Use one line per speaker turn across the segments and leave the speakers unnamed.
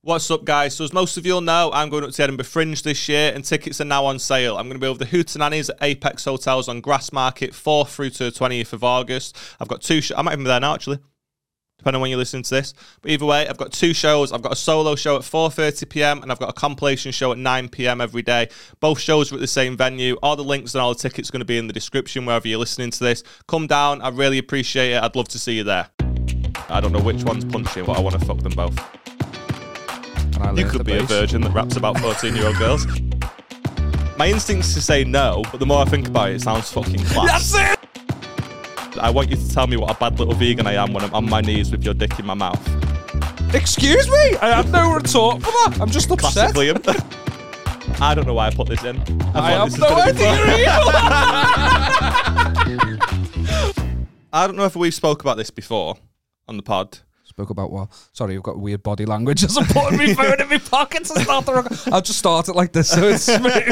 What's up, guys? So, as most of you all know, I'm going up to Edinburgh Fringe this year, and tickets are now on sale. I'm going to be over the Hootenannies at Apex Hotels on Grassmarket, 4th through to the 20th of August. I've got two. Sh- I might even be there now, actually depending on when you're listening to this. But either way, I've got two shows. I've got a solo show at 4:30 p.m. and I've got a compilation show at 9 p.m. every day. Both shows are at the same venue. All the links and all the tickets are going to be in the description wherever you're listening to this. Come down. I really appreciate it. I'd love to see you there. I don't know which one's punching, but I want to fuck them both.
And I
You
learnt the
could be a
bass.
virgin that raps about 14 year old girls. My instincts to say no, but the more I think about it, it sounds fucking class.
That's it!
I want you to tell me what a bad little vegan I am when I'm on my knees with your dick in my mouth.
Excuse me? I have no retort for that. I'm just upset.
Classic Liam. um, I don't know why I put this in. I, thought
I
this is
have no
gonna be fun.
idea.
I don't know if we've spoke about this before on the pod.
Spoke about what? Sorry, I've got weird body language as I'm putting my phone in my pocket to start the record. I'll just start it like this so it's smooth.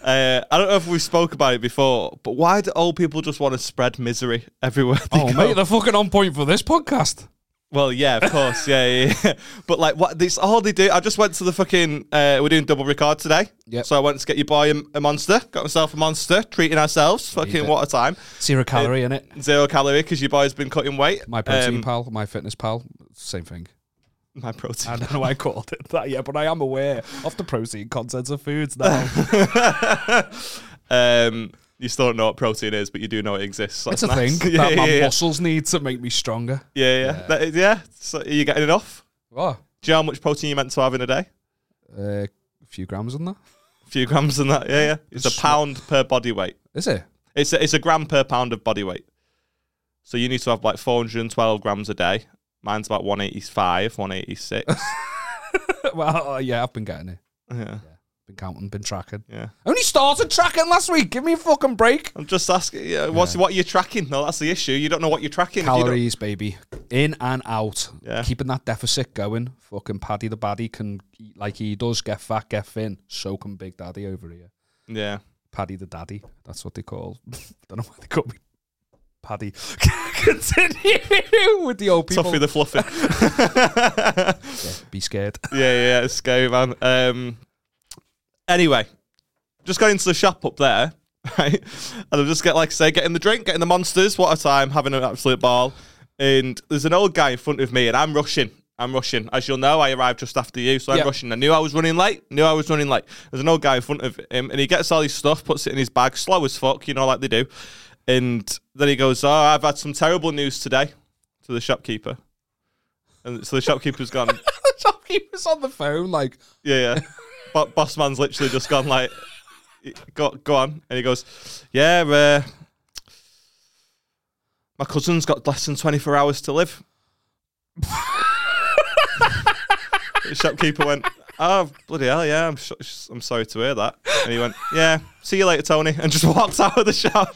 Uh, I don't know if we spoke about it before, but why do old people just want to spread misery everywhere? They
oh,
go?
mate, they're fucking on point for this podcast.
Well, yeah, of course, yeah, yeah. yeah. but like, what? This all they do. I just went to the fucking. Uh, we're doing double record today.
Yep.
So I went to get your boy a, a monster. Got myself a monster. Treating ourselves. Fucking
it.
what a time.
Zero calorie in it.
Zero calorie because your boy's been cutting weight.
My protein
Um,
pal, my fitness pal, same thing.
My protein.
I don't know why I called it that, yeah, but I am aware of the protein contents of foods now.
Um, you still don't know what protein is, but you do know it exists. so
it's a
that's nice.
thing
yeah,
that my
yeah, yeah.
muscles need to make me stronger.
yeah, yeah. That is- yeah. So are you getting enough?
What?
Do you know how much protein you meant to have in a day?
Uh, a few grams in that.
A few grams and that. Yeah, yeah. It's a
Sure.
pound per body weight.
Is it?
It's a, it's a gram per pound of body weight. So you need to have like 412 grams a day. Mine's about 185, 186.
well, uh, yeah, I've been getting it.
yeah,
Been counting, been tracking.
yeah.
Only started tracking last week. Give me a fucking break.
I'm just asking. Yeah, what's what you're tracking? No, that's the issue. You don't know what you're tracking. if you don't-
Calories, baby. In and out.
Yeah.
Keeping that deficit going. Fucking Paddy the Baddy can eat like he does. Get fat, get thin. So can Big Daddy over here.
yeah.
Paddy the Daddy. That's what they call. don't know why they call me Paddy. Continue with the old people.
Toffee the fluffy.
Yeah, be scared.
yeah, yeah, it's scary, man. Um, anyway, just going to the shop up there, right? And I'll just get, like I say, getting the drink, getting the monsters. What a time, having an absolute ball. And there's an old guy in front of me, and I'm rushing. I'm rushing. As you'll know, I arrived just after you, so I'm
Yeah.
rushing. I knew I was running late. Knew I was running late. There's an old guy in front of him, and he gets all his stuff, puts it in his bag, slow as fuck, you know, like they do. And then he goes, "Oh, I've had some terrible news today," to the shopkeeper. And so the shopkeeper's gone.
the shopkeeper's on the phone, like,
Yeah, yeah. Bo- boss man's literally just gone like, go, go on. And he goes, yeah, uh, my cousin's got less than 24 hours to live. the shopkeeper went, oh, bloody hell, yeah, I'm, sh- sh- I'm sorry to hear that. And he went, yeah, see you later, Tony. And just walked out of the shop.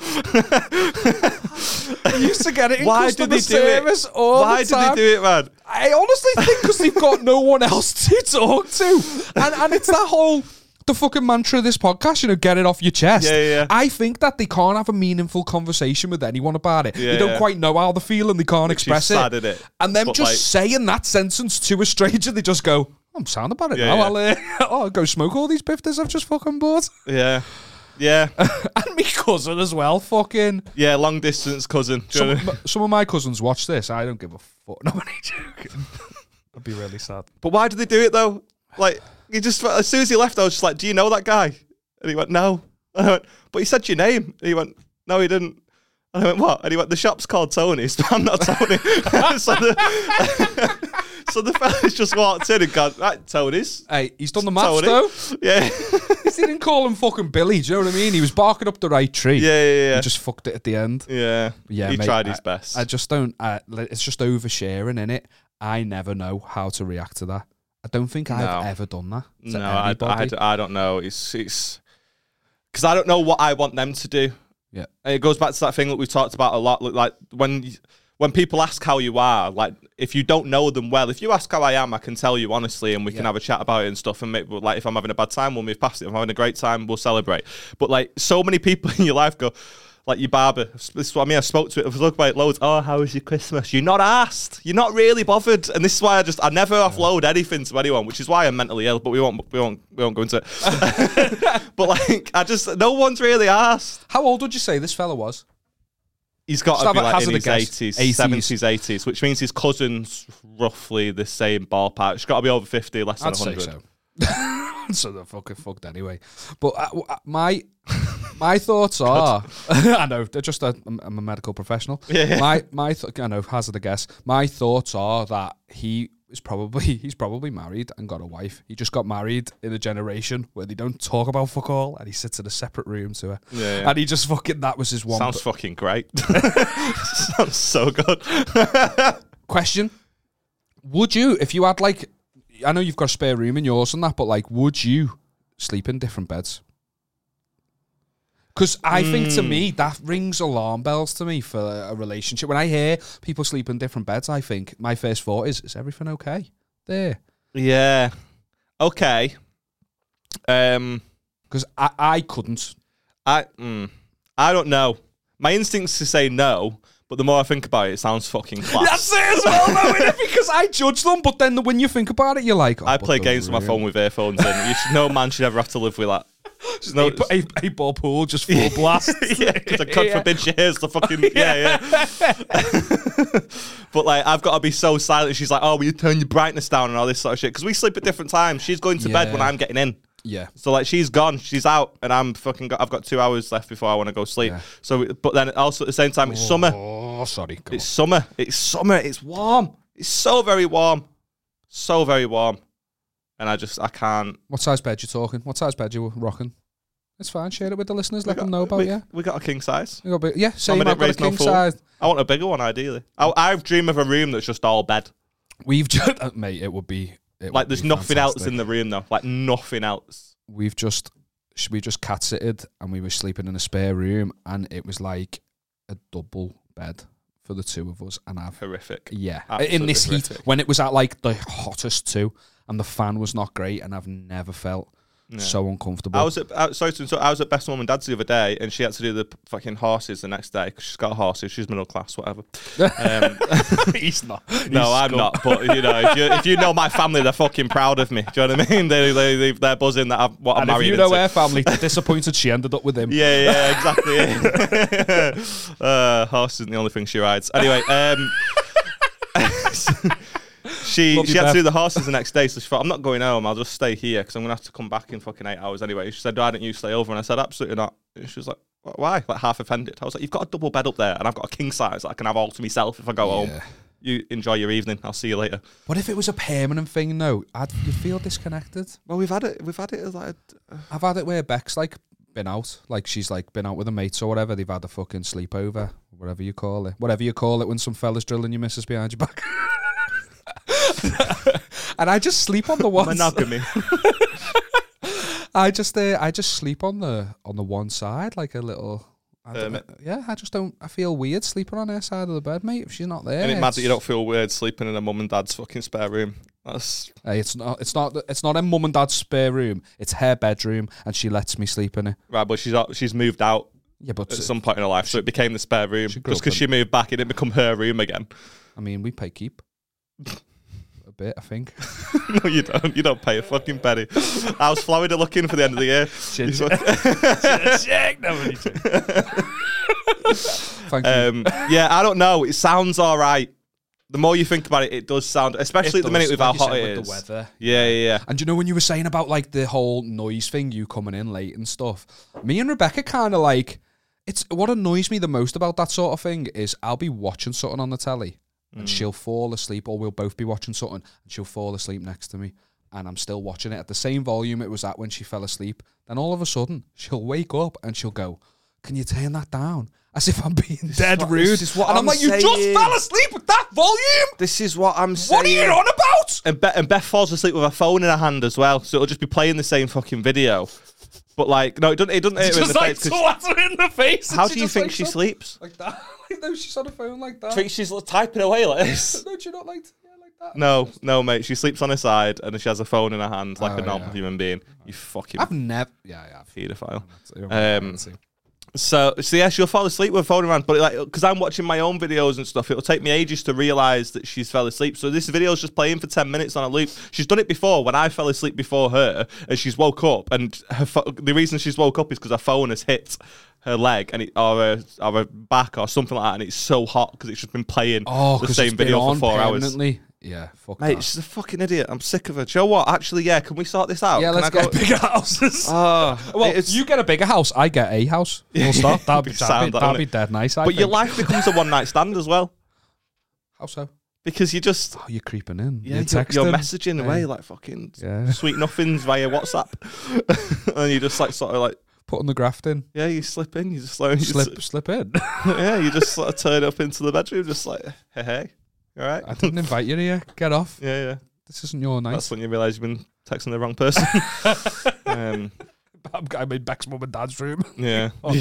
used to get it in
Why do
customer
they do
service
it?
all
Why
the
do they
time.
do it, man?
I honestly think because they've got no one else to talk to, and and it's that whole the fucking mantra of this podcast, you know, get it off your chest.
Yeah, yeah, yeah.
I think that they can't have a meaningful conversation with anyone about it.
Yeah,
they don't
yeah.
quite know how they feel and they can't
is
express it.
sad, innit?
And them
But,
just
like-
saying that sentence to a stranger, they just go, "I'm sound about it
Yeah,
now.
yeah.
I'll, uh, oh, I'll go smoke all these bifters I've just fucking bought."
Yeah. Yeah.
and me cousin as well, fucking.
Yeah, long distance cousin. Do you know what I mean?
Some, m- some of my cousins watch this. I don't give a fuck. No, I'm only joking. I'd be really sad.
But why did they do it though? Like, he just as soon as he left, I was just like, "Do you know that guy?" And he went, "No." And I went, "But he said your name." And he went, "No, he didn't." And I went, "What?" And he went, "The shop's called Tony's, but I'm not Tony." so the so the fella's just walked in and gone, "Right, Tony's."
Hey, he's done the maths
Tony.
though.
Yeah.
he didn't call him fucking Billy. Do you know what I mean? He was barking up the right tree.
yeah, yeah, yeah.
He just fucked it at the end.
yeah.
Yeah,
he
mate,
tried
I-
his best.
I just don't. I, li- it's just oversharing in it. I never know how to react to that. I don't think I've
No.
ever done that. To
no, I, I,
anybody.
I don't know. It's it's because I don't know what I want them to do.
Yeah.
And it goes back to that thing that we've talked about a lot. Look, like when y- when people ask how you are, like if you don't know them well, if you ask how I am, I can tell you honestly, and we can
Yeah.
have a chat about it and stuff. And maybe, like if I'm having a bad time, we'll move past it. If I'm having a great time, we'll celebrate. But like so many people in your life go. like your barber. This is what I mean. I spoke to it. I was talking about it loads. Oh, how was your Christmas? You're not asked. You're not really bothered. And this is why I just I never offload anything to anyone, which is why I'm mentally ill. But we won't we won't we won't go into it. but like I just no one's really asked.
How old would you say this fella was?
He's got to
Just
be
have a
like in
hazard
his
guess.
80s,
80s.
70s, 80s, which means his cousin's roughly the same ballpark. He's got to be over 50, less than
I'd say
100.
so. so they're fucking fucked anyway. But uh, w- uh, my my thoughts are, I know, they're just a, I'm, I'm a medical professional.
Yeah.
My my th- I know hazard a guess. My thoughts are that he is probably he's probably married and got a wife. He just got married in a generation where they don't talk about fuck all, and he sits in a separate room to her.
Yeah, yeah.
And he just fucking that was his one
Sounds fucking great. Sounds so good.
question would you if you had like i know you've got a spare room in yours and that but like would you sleep in different beds because i think to
Hmm.
me that rings alarm bells to me for a relationship when i hear people sleep in different beds i think my first thought is is everything okay there
Yeah. Okay. Um,
because I, I couldn't
I mm, I don't know. My instincts to say no, but the more I think about it, it sounds fucking class.
that's it as well though innit? because i judge them but then when you think about it you're like oh,
I
but
play
the
games on my
room-
phone with earphones in. You should, no man should ever have to live with that.
Just
No,
eight, eight, eight ball pool just full blast
yeah, because God
Yeah.
forbid she hears the fucking yeah, yeah. but like, I've got to be so silent. She's like, "Oh, will you turn your brightness down and all this sort of shit?" Because we sleep at different times. She's going to bed when
Yeah.
I'm getting in.
yeah
So like she's gone, she's out, and I'm fucking. Got, I've got two hours left before I want to go sleep.
Yeah.
So, but then also at the same time, it's summer.
oh sorry go on.
It's summer. It's summer. It's warm. It's so very warm, so very warm, and I just I can't.
What size bed you talking? What size bed you rocking? It's fine. Share it with the listeners. Let them know about
we,
you.
we got a king size.
You got a bit, yeah, same.
Dominant
I've got a
raised no
king
fool.
size.
I want a bigger one, ideally. I, I dream of a room that's just all bed.
We've just, uh, mate. It would be it
Like
would
there's
be
nothing else
fantastic.
in the room though. Like nothing else.
We've just sh- we just cat sitted and we were sleeping in a spare room and it was like a double bed for the two of us and I've
Horrific.
yeah in
Absolutely
this heat
horrific.
when it was at like the hottest too and the fan was not great and I've never felt so uncomfortable.
I was at uh, I, sorry to interrupt, I was at Best Mum and Dad's the other day, and she had to do the p- fucking horses the next day because she's got horses. She's middle class, whatever. Um,
he's not.
no, I'm not. But you know, if you, if you know my family, they're fucking proud of me. Do you know what I mean? They they, they they're buzzing that I'm what I'm
And if
married
you know
into.
her family, disappointed she ended up with him.
Yeah, yeah, exactly. uh, horse isn't the only thing she rides. Anyway, um, she
Love you,
she had
Beth.
to do the horses the next day, so she thought, "I'm not going home. I'll just stay here because I'm gonna have to come back in fucking eight hours anyway." She said, "Why don't you stay over?" And I said, "Absolutely not." And she was like. "Wh- Why? Like half offended. I was like, "You've got a double bed up there, and I've got a king size. I can have all to myself if I go home.
Yeah.
You enjoy your evening. I'll see you later."
What if it was a permanent thing? No, I'd you feel disconnected.
Well, we've had it. We've had it as like
I've had it where Beck's like been out, like she's like been out with her mates or whatever. They've had a fucking sleepover, whatever you call it, whatever you call it, when some fella's drilling your missus behind your back. and I just sleep on the one.
monogamy.
I just uh, I just sleep on the on the one side, like a little. I don't-
Hermit.
yeah, I just don't. I feel weird sleeping on her side of the bed, mate. If she's not there,
and it mad that you
it's-
don't feel weird sleeping in a mum and dad's fucking spare room. That's
Hey, Uh, it's not. It's not. It's not in mum and dad's spare room. It's her bedroom, and she lets me sleep in it.
Right, but she's out, she's moved out
Yeah, but
at some point in her life, so it became the spare room. Just
grew
'cause
up
because she moved back, it didn't become her room again.
I mean, we pay keep a bit. I think.
no, you don't. You don't pay a fucking penny. How's Florida looking for the end of the year? You fuck-
Thank you.
um, yeah, I don't know. It sounds all right. The more you think about it, it does sound, especially at the minute with how hot it is.
weather.
Yeah, yeah, yeah.
And you know when you were saying about like the whole noise thing, you coming in late and stuff. Me and Rebecca kind of like it's what annoys me the most about that sort of thing is I'll be watching something on the telly
Mm.
and she'll fall asleep, or we'll both be watching something and she'll fall asleep next to me, and I'm still watching it at the same volume it was at when she fell asleep. Then all of a sudden she'll wake up and she'll go, "Can you turn that down?" As if I'm being dead
what-
rude.
this is what
and
I'm
like, "You just
saying."
fell asleep with that volume.
This is what I'm saying.
What are you on about?"
And, Be- and Beth falls asleep with her phone in her hand as well, so it'll just be playing the same fucking video. But like, no, it doesn't. It doesn't. hit her in the face 'cause-
her in the face.
how do you think she sleeps?
Like that. Like, no, she's on the phone like that.
think she's typing away like this.
No, she not like, yeah, like that.
No, no, mate. She sleeps on her side and she has a phone in her hand like
Oh,
a normal
yeah.
human being. You fucking
I've never. Yeah, yeah.
paedophile.
I've-
Um, So, so yeah, she'll fall asleep with her phone around, but like, because I'm watching my own videos and stuff, it'll take me ages to realize that she's fell asleep. So this video's just playing for ten minutes on a loop. She's done it before when I fell asleep before her, and she's woke up, and her pho- the reason she's woke up is because her phone has hit her leg and it or her, or her back or something like that, and it's so hot because it's just been playing
Oh,
the
'cause
same
it's been
video for
on
four hours.
permanently. Yeah, fuck
Mate,
that.
she's a fucking idiot. I'm sick of her. Do you know what? Actually, yeah, can we sort this out?
Yeah,
Can
let's
I
get bigger houses.
Oh,
well,
it's-
you get a bigger house, I get a house. We'll start. That'd be,
It'd be
that'd
sound,
be,
wouldn't
that'd be
it?
dead nice. I
But your
think.
life becomes a one night stand as well
How so?
because you just
Oh, you're creeping in.
Yeah,
you're
you're,
texting.
you're messaging away like fucking
Yeah.
sweet nothings via WhatsApp, and you just like sort of like
Putting the graft in.
yeah, you slip in, you just like you
Slip, slip in.
just- yeah, you just sort of turn up into the bedroom, just like hey hey, all right,
I didn't invite you here. Get off.
yeah yeah.
This isn't your night.
That's when you realise you've been texting the wrong person. um,
I'm, I'm in Beck's mum and dad's room.
yeah,
Oh.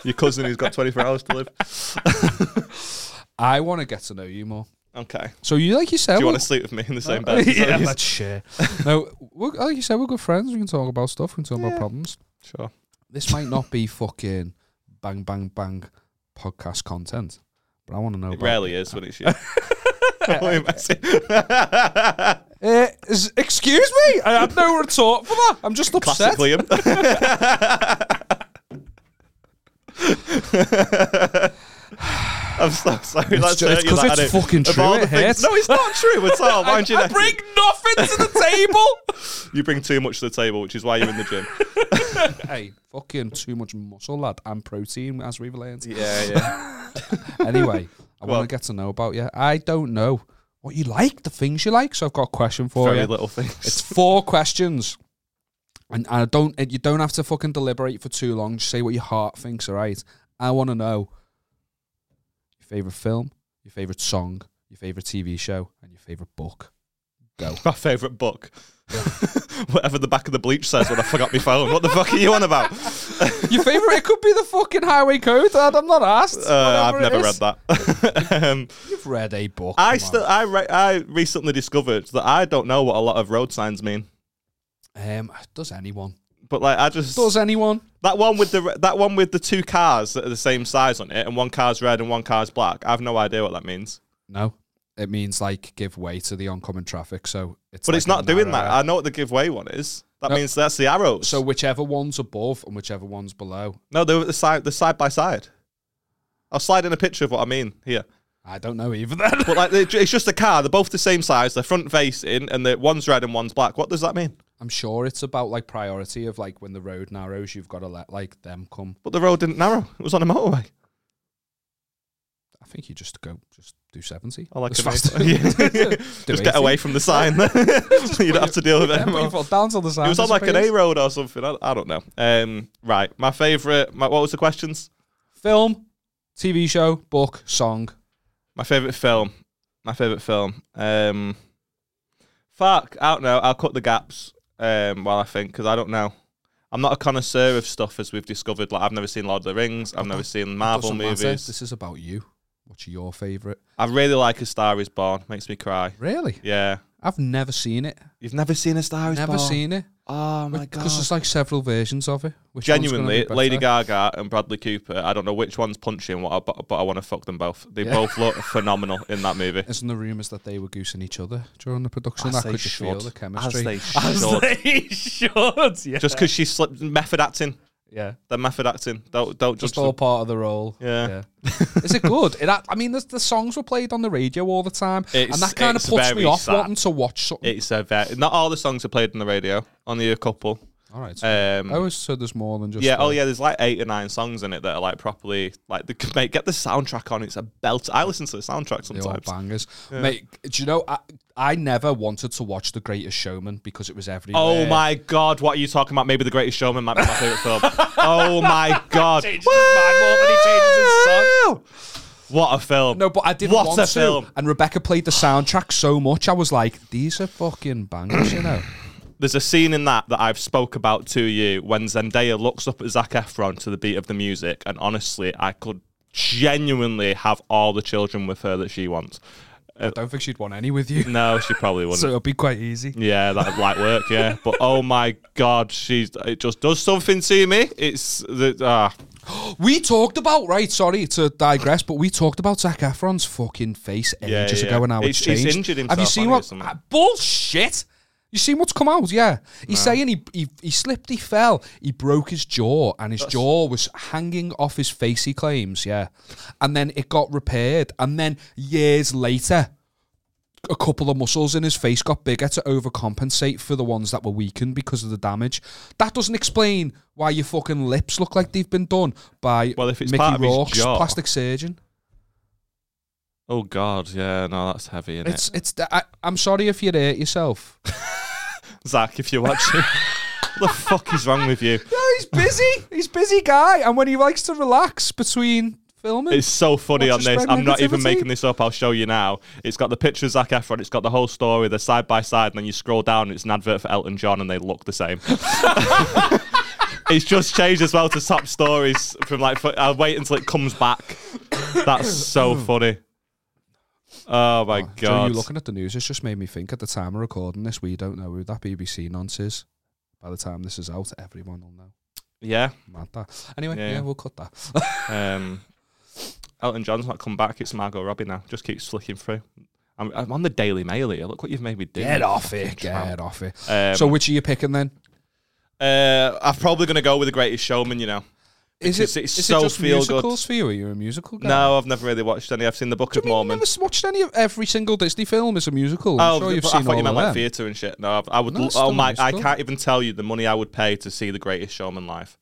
your cousin who's got twenty four hours to live.
I want to get to know you more.
Okay,
So you, like you said,
do you
we're-
want to sleep with me in the same bed? Is that
yeah,
what you-
let's share. no, we're, like you said, we're good friends. We can talk about stuff. We can talk about
Yeah.
problems.
sure.
This might not be fucking bang bang bang podcast content, but I want to know.
It
About
rarely is when it's you.
Uh, is- excuse me, I have no retort for that. I'm just upset.
Classic Liam. I'm so sorry.
It's
That's
ju- it's
hurt you
'cause
that,
it's
hadn't it?
fucking
Of
true,
all
it
the
hurts.
things- No, it's not true at all.
I,
Mind you,
I
Nathan.
bring nothing to the table.
you bring too much to the table, which is why you're in the gym.
hey, fucking too much muscle, lad, and protein, as we've learned.
yeah, yeah.
Anyway, I
Well-
want to get to know about you. I don't know what you like, the things you like. So I've got a question for
Very
you.
little things.
Oh, It's four questions, and, and I don't. and You don't have to fucking deliberate for too long. Just say what your heart thinks. All right. I want to know your favorite film, your favorite song, your favorite TV show, and your favorite book.
My favourite book. Whatever the back of the bleach says when I forgot my phone. What the fuck are you on about?
Your favorite? it could be the fucking Highway Code. lad, I'm not asked.
Uh, I've
Whatever it
never read
is.
that. um,
You've read a book.
I
come on.
still, I, re- I recently discovered that I don't know what a lot of road signs mean.
Um, does anyone?
But like, I just
Does anyone?
That one with the that one with the two cars that are the same size on it, and one car's red and one car's black. I've no idea what that means.
No. It means like give way to the oncoming traffic. So it's.
But
like
it's
a
not doing that.
narrow-
I know what the giveaway one is. That
No.
means that's the arrows.
So
So
whichever one's above and whichever one's below.
no, they're at the side. They're side by side. I'll slide in a picture of what I mean here.
I don't know either. Then.
But like, they're- it's just a car. They're both the same size. They're front facing, and the one's red and one's black. What does that mean?
I'm sure it's about like priority of like when the road narrows, you've got to let like them come.
But the road didn't narrow. It was on a motorway.
I think you just go, just do seventy.
I like
It's
it.
faster.
Just get
80.
away from the sign. you don't have to deal with it
Then put your
anymore.
foot down to the side.
It was on like an
disappears.
A road or something. I, I don't know. Um, right, my favorite. My, what was the questions?
Film, TV show, book, song.
My favorite film. My favorite film. Um, fuck, I don't know. I'll cut the gaps. Um, while I think because I don't know. I'm not a connoisseur of stuff as we've discovered. Like I've never seen Lord of the Rings. I've never seen Marvel
Doesn't matter.
movies.
This is about you. What's your favorite?
I really like A Star Is Born. Makes me cry.
Really?
Yeah.
I've never seen it.
You've never seen A Star Is
Never
Born?
seen it.
Oh my god.
Because there's like several versions of it. Which one's gonna
Genuinely,
be better?
Lady Gaga and Bradley Cooper. I don't know which one's punching what, I, but, but I want to fuck them both. They
Yeah.
both look phenomenal in that movie.
Isn't the rumours that they were goosing each other during the production?
As
that
they
could just feel
should.
the
As
chemistry.
they should.
they should, yeah.
Just because she slipped method acting,
yeah.
they're method acting. Don't don't
Just
judge
all
them.
part of the role.
Yeah.
Is it good? It, I mean, the, the songs were played on the radio all the time,
It's-
and that kind of
it's
puts me
very
off
sad.
wanting to watch something.
It's a very, not all the songs are played on the radio. Only a couple.
all right. So I
Um,
always said there's more than just.
yeah.
the-
Oh yeah. There's like eight or nine songs in it that are like properly like the mate. Get the soundtrack on. It's a belt. I listen to the soundtrack
They all
sometimes.
bangers, mate. Do you know? I, I never wanted to watch The Greatest Showman because it was everywhere.
Oh my god, what are you talking about? Maybe The Greatest Showman might be my favorite film. Oh my god. Wow! What a film.
No, but I didn't
What
want
a
to.
film.
And Rebecca played the soundtrack so much, I was like, these are fucking bangers, you know.
There's a scene in that that I've spoke about to you when Zendaya looks up at Zac Efron to the beat of the music, and honestly, I could genuinely have all the children with her that she wants.
I don't think she'd want any with you,
No, she probably wouldn't.
so it'll be quite easy.
yeah, that'd like work. Yeah, but oh my god, she's it just does something to me. It's the ah
We talked about right. Sorry to digress, but we talked about Zac Efron's fucking face
Yeah,
ages
yeah.
ago, and how
He's-
it's
he's
changed.
injured
Have you
himself, hasn't he,
seen what
or something?
Ah, bullshit? You seen what's come out? Yeah, he's saying he, he he slipped, he fell, he broke his jaw, and his jaw was hanging off his face. He claims, yeah, and then it got repaired, and then years later. A couple of muscles in his face got bigger to overcompensate for the ones that were weakened because of the damage. That doesn't explain why your fucking lips look like they've been done by
Well, if it's
Mickey
part of his
Rourke's
jaw.
plastic surgeon.
Oh God, yeah, no, that's heavy. Isn't
It's it's. I, I'm sorry if you hurt yourself.
it? Zach, if you're watching, what the fuck is wrong with you?
Oh, he's busy. he's busy guy, and when he likes to relax between filming,
It's so funny
Watch
on
us
this.
spread
I'm not even
negativity.
making this up. I'll show you now. It's got the picture of Zac Efron. It's got the whole story. They're side by side, and then you scroll down. and It's an advert for Elton John, and they look the same. it's just changed as well to top stories from like. fu- I'll wait until it comes back. That's so funny. Oh my
So
god!
you looking at the news? It's just made me think. At the time of recording this, we don't know who that BBC nonce is. By the time this is out, everyone will know.
yeah.
Mad that. Anyway,
Yeah,
yeah,
yeah.
we'll cut that.
Um, Elton John's not come back. It's Margot Robbie now. Just keeps flicking through. I'm, I'm on the Daily Mail here. Look what you've made me do.
Get off it. Get off it.
Um,
so which are you picking then?
Uh, I'm probably gonna go with the Greatest Showman. You know,
Is
because
it,
it's
is
so
it just
feel good.
musicals for you? Are you a musical guy?
no, I've never really watched any. I've seen the Book
Do
of
you mean you've
Mormon.
never s- watched any of every single Disney film is a musical? I'm
Oh,
sure
th-
you've
I
seen
thought
all
you meant
of
like
them.
theatre and shit. No, I've, I would.
No,
l-
it's
oh
still
my! I
musical.
can't even tell you the money I would pay to see the Greatest Showman live.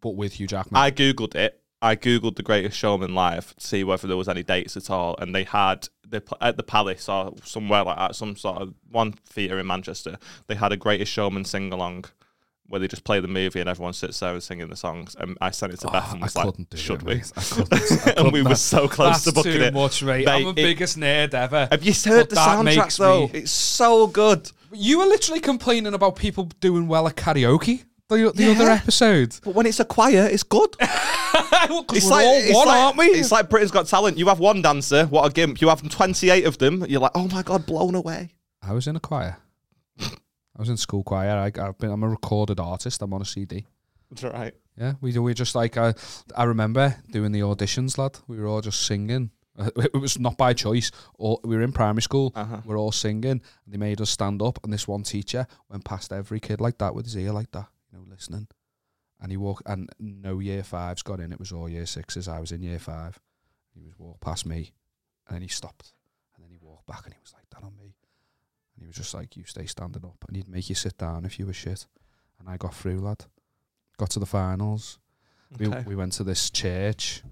But with Hugh Jackman.
I googled it. I googled the Greatest Showman live to see whether there was any dates at all, and they had they pl- at the Palace or somewhere like that, some sort of one theatre in Manchester. They had a Greatest Showman sing along where they just play the movie and everyone sits there and singing the songs. And I sent it to Beth and
Oh, I
was like,
couldn't do
"Should
it,
we?"
mate. I couldn't. I
and we
couldn't.
were so close to booking it.
mate.
Mate, it-
nerd ever.
Have you heard
But
the
that
soundtrack
makes
though?
me-
It's so good.
You were literally complaining about people doing well at karaoke the, the other
Yeah.
episode.
But when it's a choir, it's good.
it's like, one,
like,
aren't we?
It's like Britain's Got Talent. You have one dancer, what a gimp. You have 28 of them. You're like, oh my god, blown away.
I was in a choir. I was in school choir. I, I've been. I'm a recorded artist. I'm on a CD.
That's right.
Yeah, we do. We just like I, I remember doing the auditions, lad. We were all just singing. It was not by choice. All, we were in primary school.
Uh-huh.
We are all singing. And they made us stand up, and this one teacher went past every kid like that with his ear like that, you know, listening. And he walked, and no year fives got in. It was all year sixes. I was in year five. He was walked past me, and then he stopped, and then he walked back, and he was like that on me, and he was just like, "You stay standing up," and he'd make you sit down if you were shit. And I got through, lad. Got to the finals. We,
Okay.
we went to this church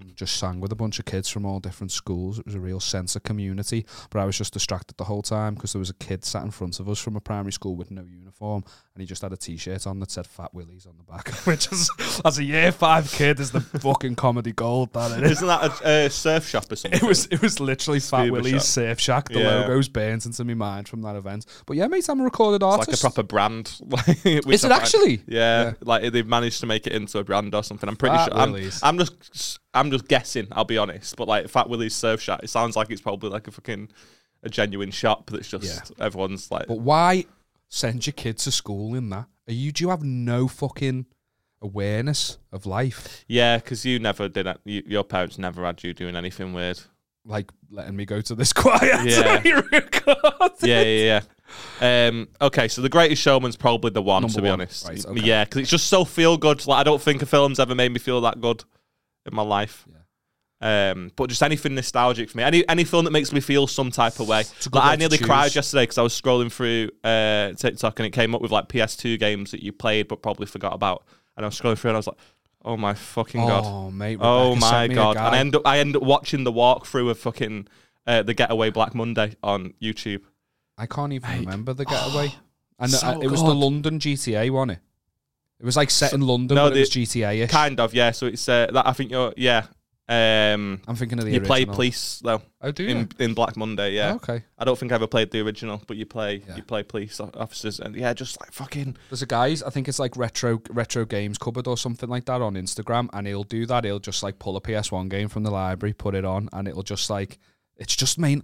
and just sang with a bunch of kids from all different schools. It was a real sense of community, but I was just distracted the whole time because there was a kid sat in front of us from a primary school with no uniform, and he just had a T-shirt on that said "Fat Willies" on the back, which is, as a year five kid, is the fucking comedy gold that it is.
Isn't that a, a surf shop or something?
It was it was literally Fat
Scuba
Willie's
shop.
Surf Shack. The
Yeah.
logo's burnt into my mind from that event. But yeah, mate, I'm a
It's
recorded artist.
like a proper brand. Like, which
is
I
it
find-
actually?
Yeah,
Yeah.
like they've managed to make it into a brand or something. I'm pretty
Fat
sure. I'm,
Willies.
I'm just, I'm just guessing. I'll be honest, but like Fat Willie's Surf Shop, it sounds like it's probably like a fucking a genuine shop that's just everyone's like.
But why send your kid to school in that? Are you do you have no fucking awareness of life?
Yeah, because you never did. it- You, your parents never had you doing anything weird.
Like letting me go to this choir
Yeah.
to be recorded.
Yeah, yeah, yeah. Um, okay, so the Greatest Showman's probably the one
Number
to be
one.
honest.
Right,
Y-
okay.
Yeah, because it's just so feel good. Like I don't think a film's ever made me feel that good in my life. Um, but just anything nostalgic for me, any any film that makes me feel some type of way.
a good
Like
way
I
to
nearly
choose.
cried yesterday because I was scrolling through uh, TikTok and it came up with like PS2 games that you played but probably forgot about, and I was scrolling through and I was like, oh my fucking god.
Oh mate, Rebecca
Oh my
sent me a
god!
guy.
And I end up I end up watching the walkthrough of fucking uh, the Getaway Black Monday on YouTube.
I can't even remember the getaway. And
so
uh, it was the
good.
London GTA, wasn't it? It was like set in London,
no,
but
the-
it was GTA ish.
Kind of, yeah. So it's uh, that I think you're yeah. Um,
I'm thinking of the
you
original.
play police though
Oh, do you?
in in Black Monday, yeah.
Oh, okay.
I don't think I ever played the original, but you play
Yeah.
you play police o- officers and yeah, just like fucking
There's a guy's, I think it's like retro retro games cupboard or something like that on Instagram, and he'll do that. He'll just like pull a PS1 game from the library, put it on, and it'll just like it's just main.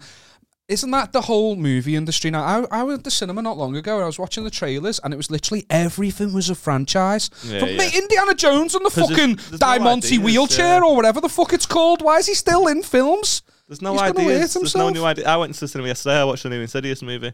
Isn't that the whole movie industry now? I, I went to the cinema not long ago and I was watching the trailers and it was literally everything was a franchise.
Yeah,
From
yeah.
mate, Indiana Jones and the
'Cause there's-
fucking
there's no
Diamante
ideas,
wheelchair
yeah.
or whatever the fuck it's called. Why is he still in films?
There's no
He's gonna
ideas.
hurt
There's no
himself.
new idea. I went to the cinema yesterday. I watched the new Insidious movie.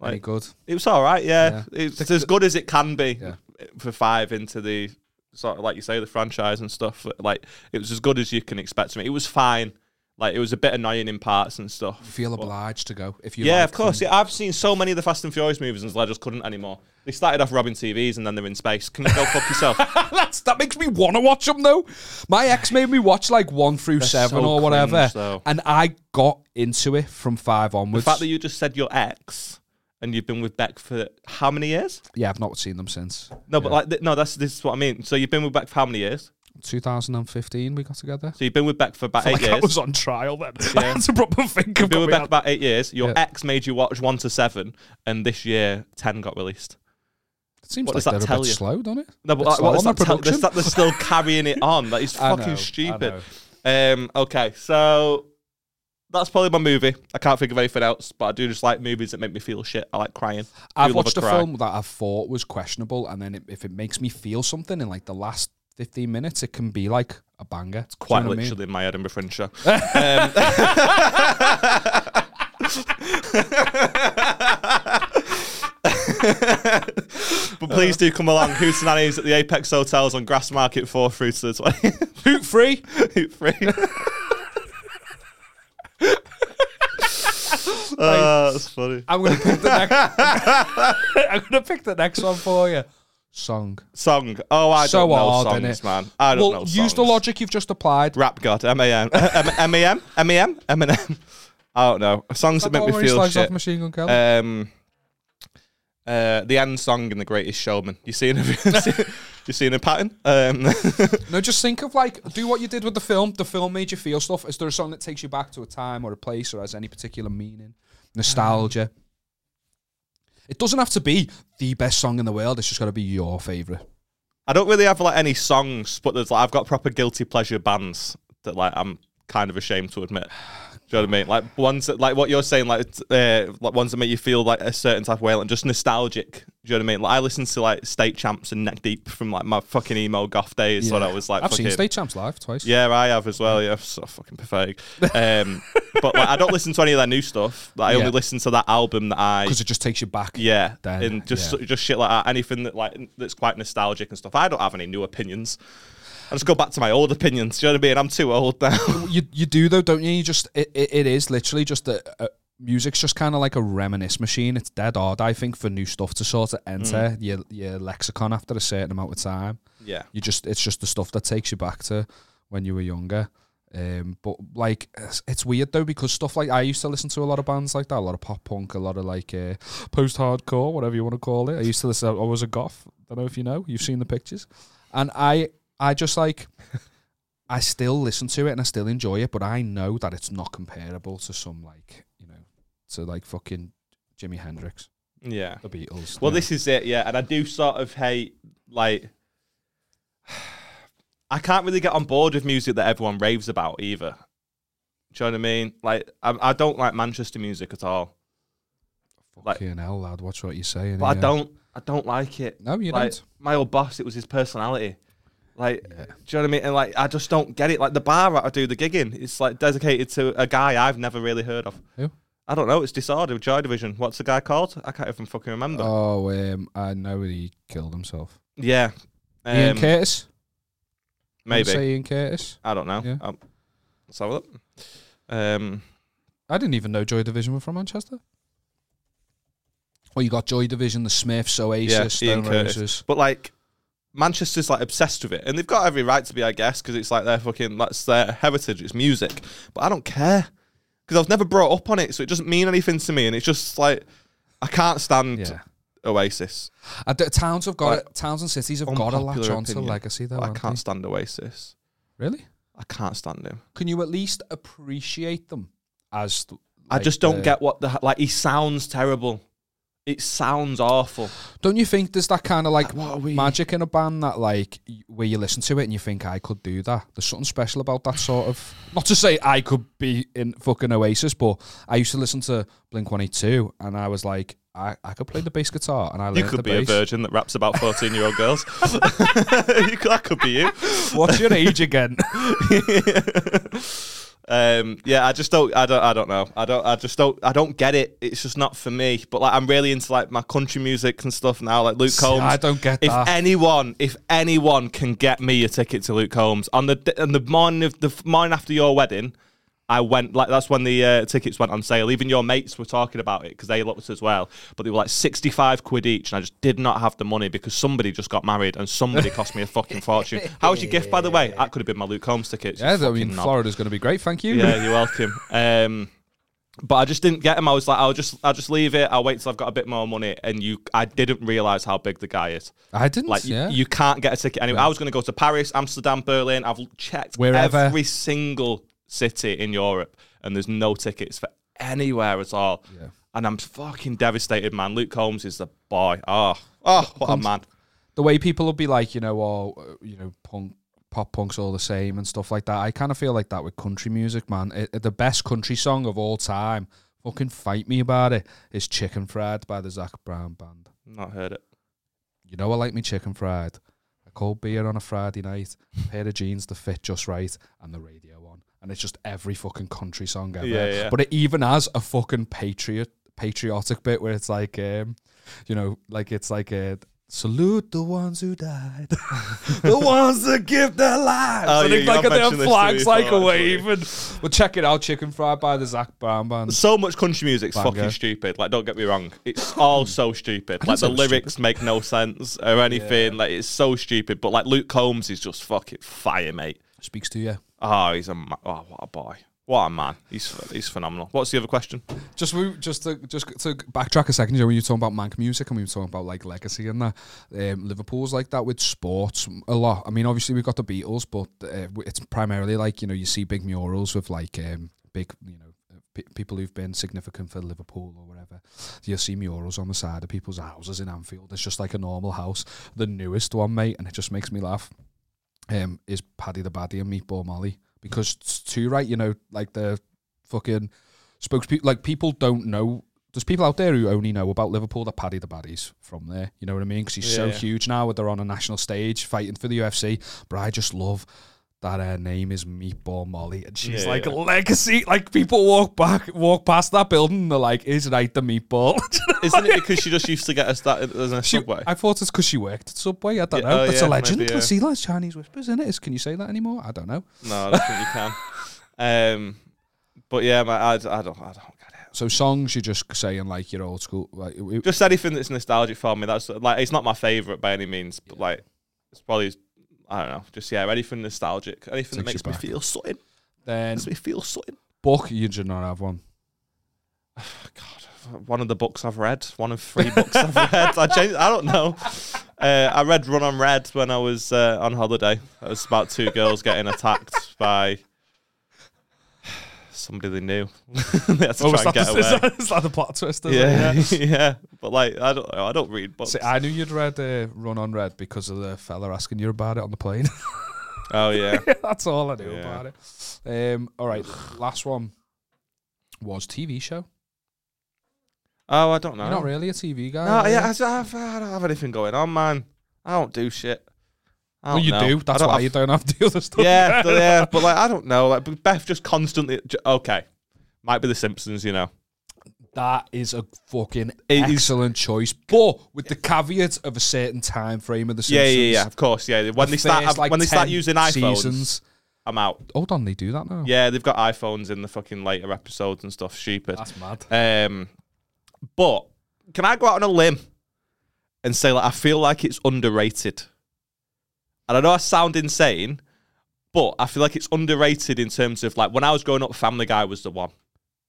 Very
Like-
good.
It was all right. Yeah, it's
The-
as good as it can be
Yeah.
for five into the sort of like you say the franchise and stuff. Like it was as good as you can expect from it. It was fine. Like it was a bit annoying in parts and
You
stuff.
feel obliged to go if you
yeah,
like
of course.
them.
Yeah, I've seen so many of the Fast and Furious movies and I just couldn't anymore. They started off robbing TVs and then they're in space. Can you go fuck yourself?
That's, that makes me want to watch them though. My ex made me watch like one through seven
so
or whatever,
cringe, though.
and I got into it from five
the
onwards.
fact that you just said your ex and you've been with Beck for how many years?
yeah, I've not seen them since
No, but like th- no, that's this is what I mean. So you've been with Beck for how many years?
2015. We got together.
So you've been with Beck for about eight
like
years.
I was on trial then. I had to proper
If
think
we
about
were
it.
back about eight years, your
Yeah.
ex made you watch one to seven, and this year ten got released.
It seems
what does
like they're
that
a
tell
bit
you?
slow, don't it?
No, but like,
It's
what
not
does
on
that
the
tell- they're, sta-
production.
they're still carrying it on. That is
I
fucking
know, I
stupid.
know.
Um, okay, so that's probably my movie. I can't think of anything else, but I do just like movies that make me feel shit. I like crying. I
I've
do love
watched a
cry.
film that I thought was questionable, and then it, if it makes me feel something in like the last 15 minutes, it can be like a banger. It's
Quite literally in my Edinburgh Fringe show. Um, But
Uh.
please do come along. Hootenannies at the Apex Hotels on Grassmarket 4 through to the 20th.
Hoot free.
Hoot free. Ah, that's funny.
I'm gonna pick the next. I'm gonna pick the next one for you. Song.
Song. Oh, I
So
don't know
hard,
songs,
innit?
man. I don't
well,
know songs.
use the logic you've just applied.
Rap God. M-A-M. M-A-M? M-A-M? M-A-M? I don't know. Songs that
That
make me
one where he
feel
slags
shit.
off Machine Gun Kelly.
Um, uh, the end song in The Greatest Showman. You seeing a, you seeing a pattern? Um,
no, just think of like do what you did with the film. The film made you feel stuff. Is there a song that takes you back to a time or a place or has any particular meaning,
Um,
nostalgia? It doesn't have to be the best song in the world. It's just got to be your favorite.
I don't really have like any songs, but there's like I've got proper guilty pleasure bands that like I'm kind of ashamed to admit. Do you know what I mean? Like ones that, like what you're saying, like it's, uh, like ones that make you feel like a certain type of way, like just nostalgic. Do you know what I mean? Like I listened to like State Champs and Neck Deep from like my fucking emo goth days when I was like,
I've seen
fucking-
State Champs live twice.
Yeah, I have as well. Yeah, so fucking pathetic. Um, but like, I don't listen to any of their new stuff. Like, I
Yeah.
only listen to that album that I.
because it just takes you back.
Yeah,
Then,
and just
yeah.
just shit like that. Anything that like that's quite nostalgic and stuff. I don't have any new opinions. I just go back to my old opinions. Do you know what I mean? I'm too old now.
you you do though, don't you? You just it, it, it is literally just a, a music's just kind of like a reminisce machine. It's dead hard, I think, for new stuff to sort of enter your your lexicon after a certain amount of time.
yeah,
You just it's just the stuff that takes you back to when you were younger. Um, but like it's, it's weird though because stuff like I used to listen to a lot of bands like that, a lot of pop punk, a lot of like uh, post hardcore, whatever you want to call it. I used to listen. I was a goth. Don't know if you know. You've seen the pictures, and I I just like I still listen to it and I still enjoy it, but I know that it's not comparable to some like you know to like fucking Jimi Hendrix,
yeah.
the Beatles.
Well,
you know.
this is it. Yeah, and I do sort of hate like. I can't really get on board with music that everyone raves about either. Do you know what I mean? Like, I, I don't like Manchester music at all. like-
fucking hell, lad, watch what you're saying.
But I
yeah.
don't, I don't like it.
No, you
like
don't.
my old boss, it was his personality. Like,
Yeah.
do you know what I mean? And like, I just don't get it. Like the bar that I do the gigging, it's like dedicated to a guy I've never really heard of.
Who?
I don't know. It's Disorder, Joy Division. What's the guy called? I can't even fucking remember.
Oh, um, I know he killed himself.
yeah,
Ian
um,
Curtis. Wanna
maybe.
say Ian Curtis.
I don't know.
Yeah.
Um, let's have a look. Um,
I didn't even know Joy Division were from Manchester. Well, you got Joy Division, the Smiths,
yeah,
Oasis,
Ian
Stone
Curtis.
Roses.
But like, Manchester's like obsessed with it, and they've got every right to be, I guess, because it's like their fucking that's their heritage. It's music, but I don't care because I was never brought up on it, so it doesn't mean anything to me, and it's just like I can't stand
Yeah.
Oasis.
And the towns have got
Like,
it. Towns and cities have got to latch
unpopular
on to
opinion,
legacy, though.
I
haven't
can't
they?
stand Oasis.
Really?
I can't stand him.
Can you at least appreciate them as?
I just don't
get.
get what the like. He sounds terrible. It sounds awful.
Don't you think there's that kind of like
What are we-
magic in a band that like y- where you listen to it and you think I could do that? There's something special about that sort of. Not to say I could be in fucking Oasis, but I used to listen to Blink One Eight Two and I was like, I, I could play the bass guitar and I learned
You could
the
be
bass.
a virgin that raps about 14 year old girls. You could- that could be you.
What's your age again?
Um, yeah, I just don't. I don't. I don't know. I don't. I just don't. I don't get it. It's just not for me. But like, I'm really into like my country music and stuff now. Like Luke Combs.
I don't get
if
that.
anyone, if anyone can get me a ticket to Luke Holmes on the d- on the morning of the f- morning after your wedding, I went like that's when the uh, tickets went on sale. Even your mates were talking about it because they looked as well, but they were like sixty five quid each, and I just did not have the money because somebody just got married and somebody cost me a fucking fortune. How was your gift, by the way? That could have been my Luke Holmes ticket. you
yeah, I mean
fucking knob.
Florida's going to be great. Thank you.
Yeah, you're welcome. Um, but I just didn't get him. I was like, I'll just, I'll just leave it. I'll wait till I've got a bit more money. And you, I didn't realize how big the guy is.
I didn't.
Like you-
yeah.
you, can't get a ticket anyway. I was going to go to Paris, Amsterdam, Berlin. I've checked
Wherever.
every single city in Europe, and there's no tickets for anywhere at all.
Yeah.
And I'm fucking devastated, man. Luke Holmes is the boy. Oh, oh, what a man.
the way people will be like, you know, oh, uh, you know, punk, pop punk's all the same and stuff like that. I kind of feel like that with country music, man. It, it- the best country song of all time, fucking fight me about it, is Chicken Fried by the Zach Brown Band.
Not heard it.
You know, I like me chicken fried, a cold beer on a Friday night, a pair of jeans that fit just right, and the radio on. And it's just every fucking country song ever.
Yeah, yeah.
But it even has a fucking patriot patriotic bit where it's like, um, you know, like it's like a. Salute the ones who died, the ones that give their lives.
Oh,
and
yeah,
it's
you
like
have
their
mentioned this to me
flags like
before, actually.
waving. Well, check it out, Chicken Fried by the Zach Brown Band.
So much country music's
Banger.
fucking stupid. Like, don't get me wrong, it's all so stupid. Like
say
the
it was
lyrics make no sense or anything. Like it's so stupid. But like Luke Combs is just fucking fire, mate.
Speaks to you.
Oh, he's a ma- oh, what a boy. What a man. He's he's phenomenal. What's the other question?
Just we just to just to backtrack a second, Joe, when you were talking about Mank music and we were talking about like legacy and that, um, Liverpool's like that with sports a lot. I mean, obviously we've got the Beatles, but uh, w- it's primarily like you know you see big murals with like um, big you know uh, pe- people who've been significant for Liverpool or whatever. You'll see murals on the side of people's houses in Anfield. It's just like a normal house. The newest one, mate, and it just makes me laugh. Um, is Paddy the Baddy and Meatball Molly because it's too right, you know, like the fucking spokespeople like people don't know there's people out there who only know about Liverpool that Paddy the Baddies from there. You know what I mean? Because he's so
Yeah.
huge now. They're on a national stage fighting for the UFC. But I just love that her name is Meatball Molly, and she's
Yeah,
like
yeah.
legacy. Like people walk back, walk past that building, and they're like, "Is right the meatball?"
Isn't it because she just used to get us that as a
She-
subway?
I thought it's because she worked at Subway. I don't
Yeah,
know.
oh,
That's
yeah,
a legend.
maybe, yeah.
See, that's Chinese whispers, isn't it? Is, can you say that anymore? I don't know.
no, I don't think you can. Um, but yeah, my, I, I don't I don't get it.
So songs, you're just saying like your old school. Like, it-
Just anything that's nostalgic for me. That's like it's not my favorite by any means, but like it's probably I don't know. Just yeah, anything nostalgic, anything that
Takes
makes
you
me
back.
feel something.
then
Makes me feel something.
book, you do not have one.
God, one of the books I've read, one of three books I've read. I changed. I don't know. Uh, I read Run on Red when I was uh, on holiday. It was about two girls getting attacked by somebody they knew. they had to try and get
is,
away.
that, is that the plot twist? is it?
Yeah, yeah. But like, I don't. I don't read books.
See, I knew you'd read uh, Run on Red because of the fella asking you about it on the plane.
oh yeah.
That's all I knew
Yeah.
about it. Um, all right, last one was TV show.
Oh, I don't know.
You're not really a TV guy.
No,
are you?
yeah. I, don't have- I don't have anything going on, man. I don't do shit. I
Well,
don't
you
know.
do.
I
That's
don't
why
have
you don't have to do other stuff.
yeah, th- yeah, but like I don't know, like but Beth just constantly. j- Okay, might be the Simpsons, you know.
That is a fucking
It is-
excellent choice, but with the caveat of a certain time frame of the
Yeah,
Simpsons.
yeah, yeah. Of course, yeah. When they start,
First, like,
when they start
10
using iPhones,
seasons.
I'm out.
Hold on, they do that now.
Yeah, they've got iPhones in the fucking later episodes and stuff. Stupid.
that's mad.
Um, but can I go out on a limb and say like I feel like it's underrated? And I know I sound insane, but I feel like it's underrated in terms of like when I was growing up, Family Guy was the one.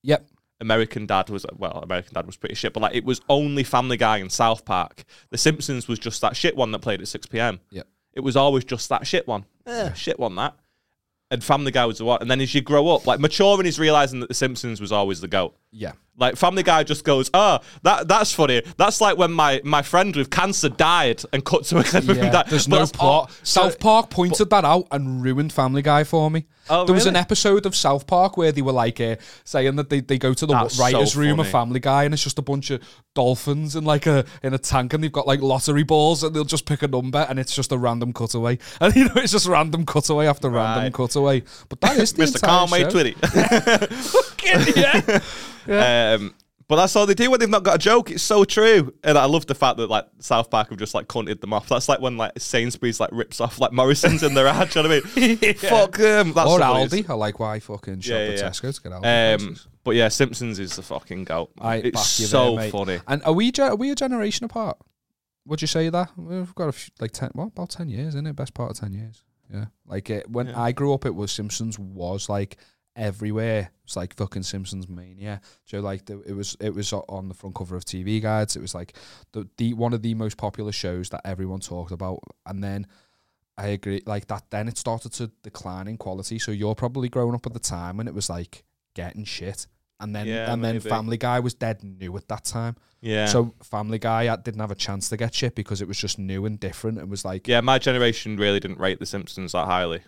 Yep.
American Dad was well, American Dad was pretty shit, but like it was only Family Guy and South Park. The Simpsons was just that shit one that played at six PM.
Yep.
It was always just that shit one. Eh, Shit one that. And Family Guy was the one. And then as you grow up, like maturing is realizing that The Simpsons was always the goat.
Yeah.
Like Family Guy just goes, oh, that that's funny. That's like when my, my friend with cancer died and cut to a clip of him
Yeah,
dying.
there's
But
no
that's
plot.
all-
South Park pointed that out and ruined Family Guy for me.
Oh,
there was an
really?
episode of South Park where they were like uh, saying that they, they go to the
That's
writers'
so
room of
funny.
Family Guy and it's just a bunch of dolphins in like a in a tank and they've got like lottery balls and they'll just pick a number and it's just a random cutaway and you know it's just random cutaway after random
Right.
cutaway. But that is the
Mr.
entire
Conway
show.
Twitty.
yeah.
Um, but that's all they do when they've not got a joke. It's so true, and I love the fact that like South Park have just like cunted them off. That's like when like Sainsbury's like rips off like Morrison's in their ad. Do you know what I mean? Fuck them. That's
Or
the way it's-
Aldi. I like why I fucking shop
Yeah,
at
yeah, yeah.
Tesco to get Aldi.
Um,
prices.
but yeah, Simpsons is the fucking goat.
I
it's
back you
so
there, mate.
funny.
And are we ge- are we a generation apart? Would you say that we've got a few, like ten? Well, about ten years, isn't it? Best part of ten years. Yeah. Like it, when
Yeah.
I grew up, it was Simpsons was like everywhere. It's like fucking Simpsons mania. So like the, it was it was o- on the front cover of TV guides. It was like the, the one of the most popular shows that everyone talked about. And then I agree, like that. Then it started to decline in quality. So you're probably growing up at the time when it was like getting shit. And then
Yeah,
and
maybe.
then Family Guy was dead new at that time.
Yeah.
So Family Guy uh, didn't have a chance to get shit because it was just new and different and was like,
yeah, my generation really didn't rate the Simpsons that highly.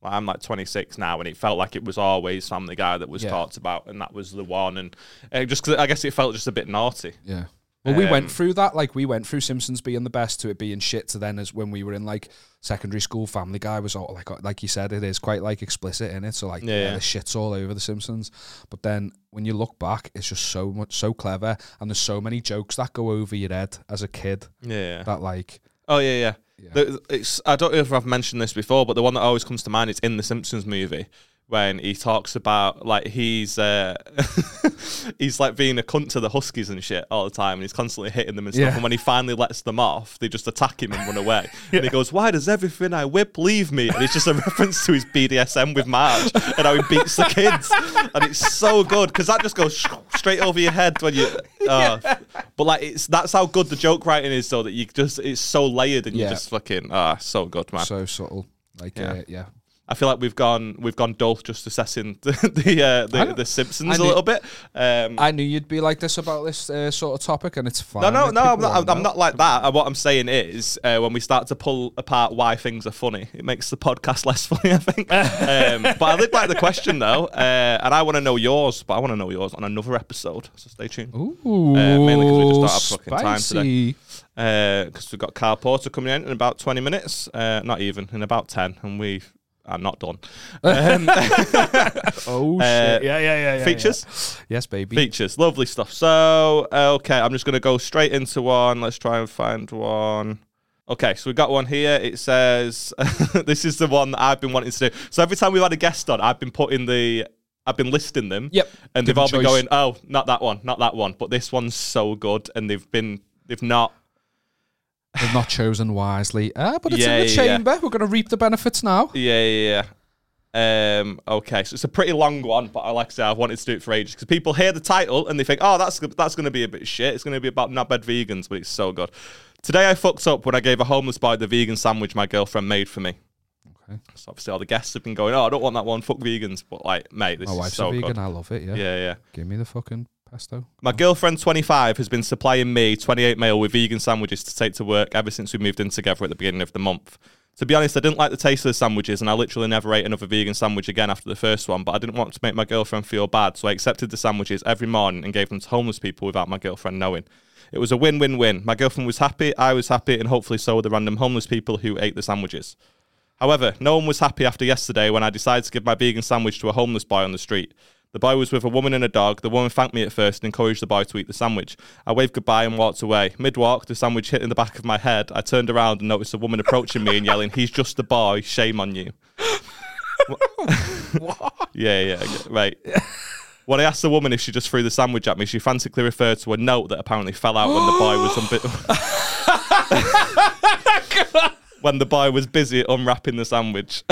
Like, I'm like 26 now, and it felt like it was always Family Guy that was
Yeah.
talked about, and that was the one. And uh, just 'cause I guess it felt just a bit naughty.
yeah. Well, we
Um,
went through that. Like we went through Simpsons being the best to it being shit to then as when we were in like secondary school. Family Guy was all like, like you said, it is quite like explicit in it. So like,
Yeah,
yeah,
yeah.
the shit's all over the Simpsons. But then when you look back, it's just so much, so clever, and there's so many jokes that go over your head as a kid
Yeah.
that like,
Oh yeah, yeah.
Yeah.
The- it's, I don't know if I've mentioned this before, but the one that always comes to mind is in the Simpsons movie when he talks about like he's uh, he's like being a cunt to the Huskies and shit all the time, and he's constantly hitting them and stuff.
Yeah.
And when he finally lets them off, they just attack him and run away. And he goes, "Why does everything I whip leave me?" And it's just a reference to his BDSM with Marge and how he beats the kids, and it's so good because that just goes straight over your head when you. Uh, But like, it's that's how good the joke writing is, though that you just it's so layered and you
Yeah.
just fucking ah, so good, man.
so subtle. Like,
Yeah.
yeah, uh, yeah.
I feel like we've gone we've gone Dolph just assessing the the, uh, the,
I don't-
the
I
Simpsons a
knew-
little bit. Um,
I knew you'd be like this about this uh, sort of topic, and it's fine.
no, no,
Like,
no, I'm
people wanna
not, I'm
know.
not like that. Uh, What I'm saying is, uh, when we start to pull apart why things are funny, it makes the podcast less funny, I think. um, but I did like the question, though, uh, and I want to know yours, but I want to know yours on another episode, so stay tuned.
Ooh,
Uh, mainly 'cause we just don't have fucking time today.
spicy.
because Uh, we've got Carl Porter coming in in about 20 minutes, uh, not even, in about 10, and we are not done. Um,
Oh
Uh,
shit! Yeah, yeah, yeah. yeah,
features?
yeah. Yes, baby.
Features, lovely stuff. So, uh, okay, I'm just going to go straight into one. Let's try and find one. Okay, so we got one here. It says, this is the one that I've been wanting to do. So every time we've had a guest on, I've been putting the, I've been listing them.
Yep.
And
Give
they've all
them
been
choice.
going, oh, not that one, not that one, but this one's so good. And they've been, they've not
They've not chosen wisely. Ah, but it's
Yeah,
in the
yeah, yeah.
chamber. We're going to reap the benefits now.
Yeah, yeah, yeah. Um, okay, so it's a pretty long one, but I like I say, I've wanted to do it for ages because people hear the title and they think, "Oh, that's that's going to be a bit shit. It's going to be about knobhead vegans," but it's so good. Today I fucked up when I gave a homeless boy the vegan sandwich my girlfriend made for me.
Okay.
So obviously all the guests have been going, "Oh, I don't want that one. Fuck vegans." But like, mate, this
My
is
wife's
so
a vegan.
good.
I love it. Yeah.
Yeah, yeah.
Give me the fucking pesto.
My girlfriend, 25, has been supplying me, 28 male, with vegan sandwiches to take to work ever since we moved in together at the beginning of the month. To be honest, I didn't like the taste of the sandwiches and I literally never ate another vegan sandwich again after the first one, but I didn't want to make my girlfriend feel bad, so I accepted the sandwiches every morning and gave them to homeless people without my girlfriend knowing. It was a win win win. My girlfriend was happy, I was happy, and hopefully so were the random homeless people who ate the sandwiches. However, no one was happy after yesterday when I decided to give my vegan sandwich to a homeless boy on the street. The boy was with a woman and a dog. The woman thanked me at first and encouraged the boy to eat the sandwich. I waved goodbye and walked away. Mid walk, the sandwich hit in the back of my head. I turned around and noticed a woman approaching me and yelling, He's just a boy, shame on you. what? yeah, yeah, yeah, right. When I asked the woman if she just threw the sandwich at me, she frantically referred to a note that apparently fell out when the boy was unbi- when the boy was busy unwrapping the sandwich.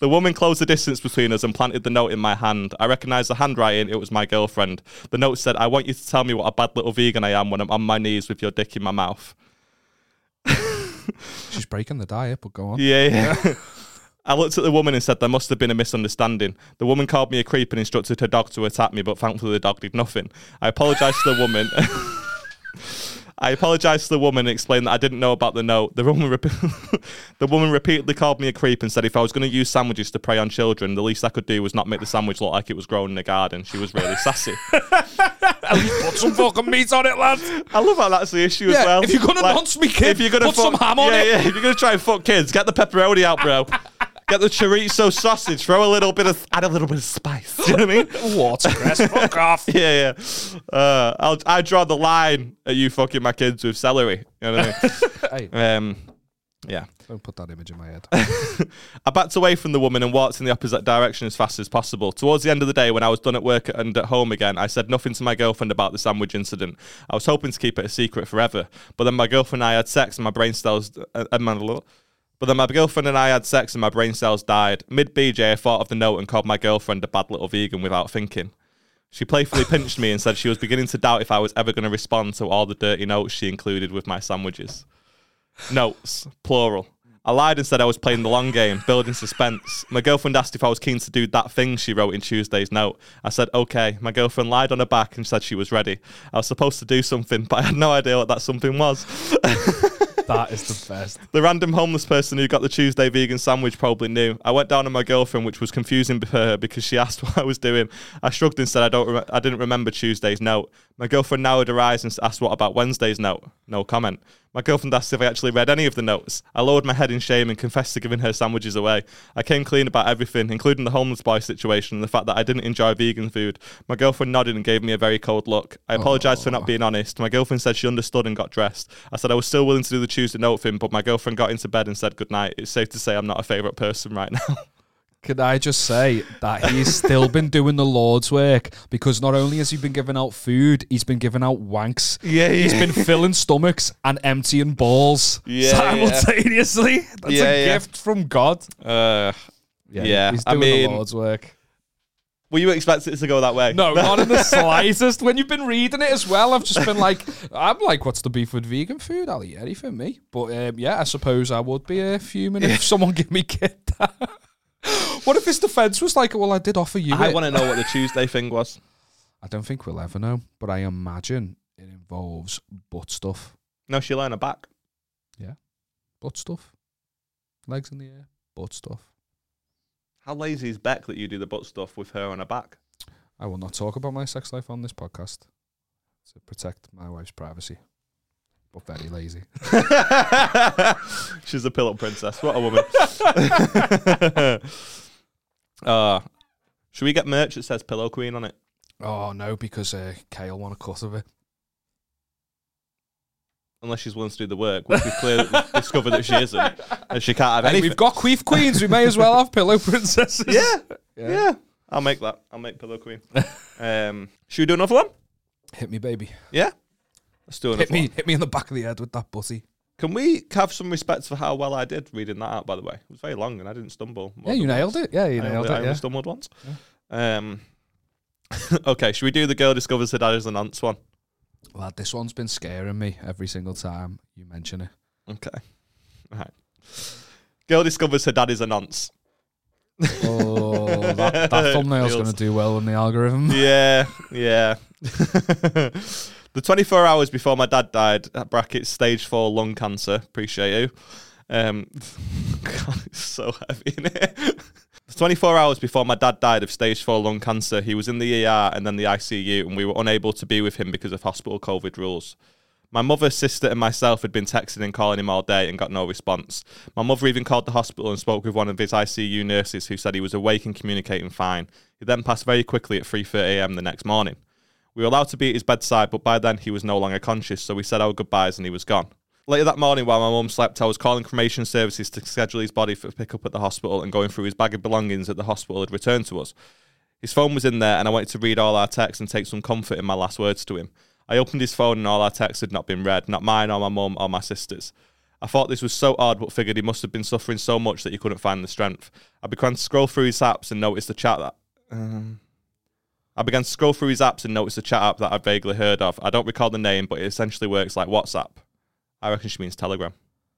the woman closed the distance between us and planted the note in my hand. I recognised the handwriting; it was my girlfriend. The note said, "I want you to tell me what a bad little vegan I am when I'm on my knees with your dick in my mouth."
She's breaking the diet, but go on.
Yeah. yeah. I looked at the woman and said there must have been a misunderstanding. The woman called me a creep and instructed her dog to attack me, but thankfully the dog did nothing. I apologised to the woman. I apologised to the woman and explained that I didn't know about the note. The woman, rep- the woman repeatedly called me a creep and said if I was going to use sandwiches to prey on children, the least I could do was not make the sandwich look like it was grown in a garden. She was really sassy.
Put some fucking meat on it, lad.
I love how that's the issue
Yeah,
as well.
if you're gonna nonce me, kid,
if you're gonna
put
fuck-
some ham on
yeah,
it.
Yeah, if you're gonna try and fuck kids, get the pepperoni out, bro. get the chorizo sausage. Throw a little bit of, add a little bit of spice. You know what I mean?
Watercress, fuck off.
Yeah, yeah. Uh, I'll, I draw the line at you fucking my kids with celery. You know what
Hey,
I mean? um, yeah.
don't put that image in my head.
I backed away from the woman and walked in the opposite direction as fast as possible. Towards the end of the day, when I was done at work and at home again, I said nothing to my girlfriend about the sandwich incident. I was hoping to keep it a secret forever, but then my girlfriend and I had sex, and my brain cells uh, and my but then my girlfriend and I had sex, and my brain cells died. Mid BJ, I thought of the note and called my girlfriend a bad little vegan without thinking. She playfully pinched me and said she was beginning to doubt if I was ever going to respond to all the dirty notes she included with my sandwiches. Notes, plural. I lied and said I was playing the long game, building suspense. My girlfriend asked if I was keen to do that thing she wrote in Tuesday's note. I said, okay. My girlfriend lied on her back and said she was ready. I was supposed to do something, but I had no idea what that something was.
that is the best.
The random homeless person who got the Tuesday vegan sandwich probably knew. I went down on my girlfriend, which was confusing for her because she asked what I was doing. I shrugged and said I don't, rem- I didn't remember Tuesday's note. My girlfriend narrowed her eyes and s- asked what about Wednesday's note. No comment. My girlfriend asked if I actually read any of the notes. I lowered my head in shame and confessed to giving her sandwiches away. I came clean about everything, including the homeless boy situation and the fact that I didn't enjoy vegan food. My girlfriend nodded and gave me a very cold look. I apologized for not being honest. My girlfriend said she understood and got dressed. I said I was still willing to do the Tuesday note thing, but my girlfriend got into bed and said goodnight. It's safe to say I'm not a favourite person right now.
Could I just say that he's still been doing the Lord's work because not only has he been giving out food, he's been giving out wanks.
Yeah,
He's been filling stomachs and emptying balls
Yeah, yeah.
simultaneously. That's
Yeah,
a
yeah.
gift from God.
Uh, Yeah,
he's
I
doing
mean-
the Lord's work.
were you expecting it to go that way?
No, not in the slightest. When you've been reading it as well, I've just been like, I'm like, what's the beef with vegan food? I'll eat anything, me. But um, yeah, I suppose I would be a fuming if someone gave me kid that. what if his defense was like, well, I did offer you
I
it.
want to know what the Tuesday thing was.
I don't think we'll ever know, but I imagine it involves butt stuff.
No, she lay on her back.
Butt stuff. Legs in the air. Butt stuff.
How lazy is Beck that you do the butt stuff with her on her back?
I will not talk about my sex life on this podcast to protect my wife's privacy. But very lazy.
She's a pillow princess. What a woman. uh, should we get merch that says Pillow Queen on it?
Oh no, because uh, Kale want a cut of it.
Unless she's willing to do the work, which we clearly discovered that she isn't, and she can't have
Hey,
anything.
we've got queef queens. We may as well have pillow princesses.
yeah,
Yeah.
yeah, I'll make that. I'll make Pillow Queen. Um, should we do another one?
Hit me, baby.
Yeah, let's do another
Hit me.
one.
Hit me in the back of the head with that butty.
Can we have some respect for how well I did reading that out? By the way, it was very long, and I didn't stumble.
Yeah, you nailed it. Yeah, you
I
nailed
only, I
it.
only
Yeah.
stumbled once. Um, okay, should we do the girl discovers her dad is an aunt's one?
Lad, this one's been scaring me every single time you mention it.
Okay. Right. Girl discovers her dad is a nonce.
Oh, that, that thumbnail's
Feels-
going to do well in the algorithm.
Yeah, yeah. the 24 hours before my dad died, at brackets, stage four lung cancer. Appreciate you. Um, God, it's so heavy in it. 24 hours before my dad died of stage 4 lung cancer, he was in the ER and then the ICU, and we were unable to be with him because of hospital COVID rules. My mother, sister, and myself had been texting and calling him all day and got no response. My mother even called the hospital and spoke with one of his ICU nurses who said he was awake and communicating fine. He then passed very quickly at 3.30am the next morning. We were allowed to be at his bedside, but by then he was no longer conscious, so we said our goodbyes and he was gone. Later that morning, while my mum slept, I was calling cremation services to schedule his body for pickup at the hospital and going through his bag of belongings that the hospital had returned to us. His phone was in there, and I wanted to read all our texts and take some comfort in my last words to him. I opened his phone, and all our texts had not been read not mine, or my mum, or my sister's. I thought this was so odd, but figured he must have been suffering so much that he couldn't find the strength. I began to scroll through his apps and noticed the chat that. Um, I began to scroll through his apps and noticed a chat app that I vaguely heard of. I don't recall the name, but it essentially works like WhatsApp. I reckon she means Telegram.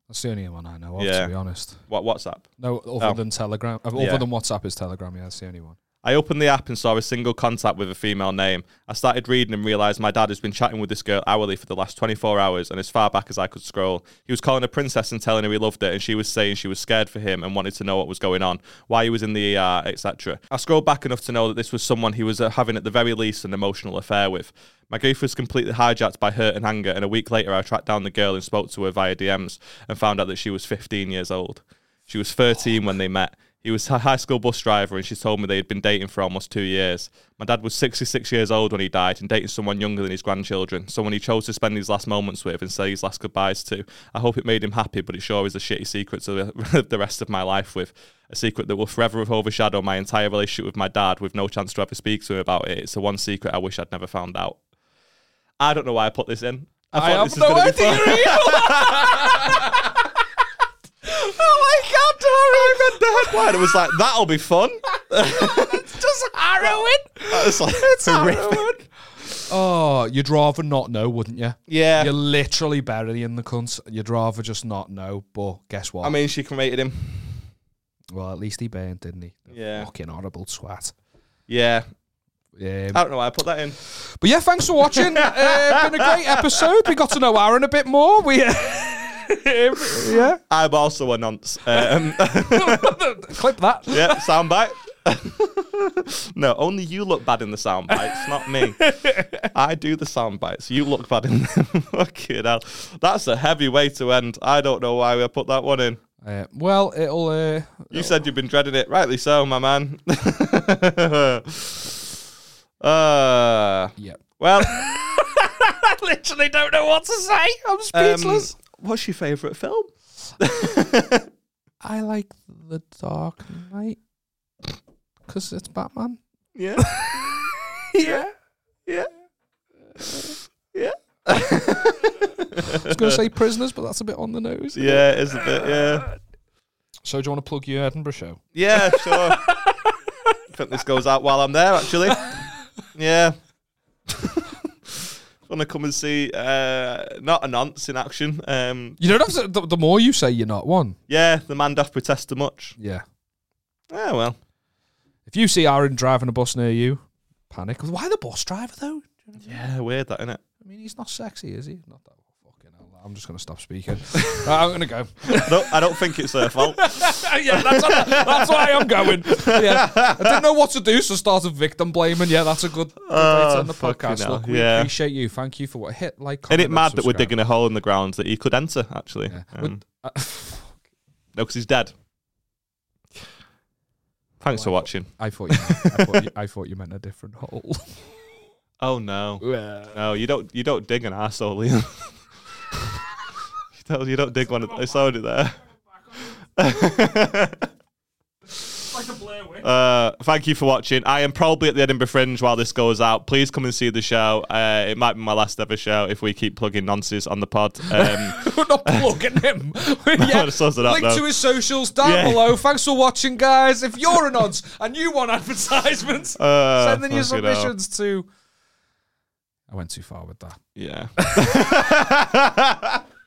That's the only one I know of,
Yeah.
to be honest.
What WhatsApp?
No, other
Oh.
than Telegram. uh, Other
Yeah.
than WhatsApp is Telegram. Yeah, that's the only one.
I opened the app and saw a single contact with a female name. I started reading and realised my dad has been chatting with this girl hourly for the last 24 hours and as far back as I could scroll. He was calling her princess and telling her he loved her and she was saying she was scared for him and wanted to know what was going on, why he was in the ER, etc. I scrolled back enough to know that this was someone he was uh, having at the very least an emotional affair with. My grief was completely hijacked by hurt and anger and a week later I tracked down the girl and spoke to her via DMs and found out that she was 15 years old. She was 13 when they met. He was a high school bus driver, and she told me they had been dating for almost two years. My dad was 66 years old when he died and dating someone younger than his grandchildren, someone he chose to spend his last moments with and say his last goodbyes to. I hope it made him happy, but it sure is a shitty secret to the, the rest of my life with. A secret that will forever overshadow my entire relationship with my dad with no chance to ever speak to him about it. It's the one secret I wish I'd never found out. I don't know why I put this in. I, thought this was gonna be fun.
oh my god, Harry!
The headline was like, that'll be fun.
just harrowing.
That was like, horrific.
Oh, you'd rather not know, wouldn't you?
Yeah.
You're literally burying the cunt. You'd rather just not know. But guess what?
I mean, she cremated him.
well, at least he burned, didn't he?
Yeah.
Fucking horrible twat.
Yeah.
Yeah.
I don't know why I put that in.
But yeah, thanks for watching. uh, been a great episode. We got to know Aaron a bit more. We uh, yeah.
I'm also a nonce. Um,
Clip that.
yeah, soundbite. no, only you look bad in the sound bites, not me. I do the sound bites. You look bad in them. Fucking hell. That's a heavy way to end. I don't know why I put that one in.
Uh, well, it'll. Uh,
You said you've been dreading it. Rightly so, my man. uh,
yeah.
well,
I literally don't know what to say. I'm
um, what's your favourite film?
I like The Dark Knight because it's Batman.
Yeah.
Yeah.
Yeah. Yeah.
I was going to say Prisoners, but that's a bit on the nose.
Yeah, it is a bit, yeah.
So do you want to plug your Edinburgh show?
Yeah, sure. I think this goes out while I'm there, actually. Yeah. Want to come and see uh, not a nonce in action. Um,
You don't have to. The, the more you say you're not one.
yeah, the man doth protest too much.
Yeah.
Yeah, well,
If you see Aaron driving a bus near you, panic. Why the bus driver though?
yeah, weird that, isn't it?
I mean, he's not sexy, is he? Not that fucking hell. I'm just going to stop speaking. Right, I'm going to go.
No, I don't think it's her fault.
yeah, that's, that's why I'm going. Yeah. I didn't know what to do, so started victim blaming. Yeah, that's a good, good way to end the
Oh, fucking
podcast.
hell,
Look, we
yeah.
appreciate you. Thank you for what hit like.
Ain't
Comment,
it
and
mad that we're
subscribe.
digging a hole in the ground that he could enter? Actually,
Yeah.
Um,
Would- uh,
no, because he's dead. Thanks
Oh,
for
I-
watching.
I thought you, I thought you, I thought you meant a different hole.
Oh no. No, you don't. You don't dig an asshole, Liam. you don't. You don't dig one. Of, I saw it there. Uh, thank you for watching. I am probably at the Edinburgh Fringe while this goes out. Please come and see the show. Uh, it might be my last ever show if we keep plugging nonsense on the pod. Um,
We're not plugging him. yeah.
it says it up
Link
now.
to his socials down
Yeah.
below. Thanks for watching, guys. If you're an odds and you want advertisements,
uh,
send in your
fucking hell.
submissions to. I went too far with that.
Yeah.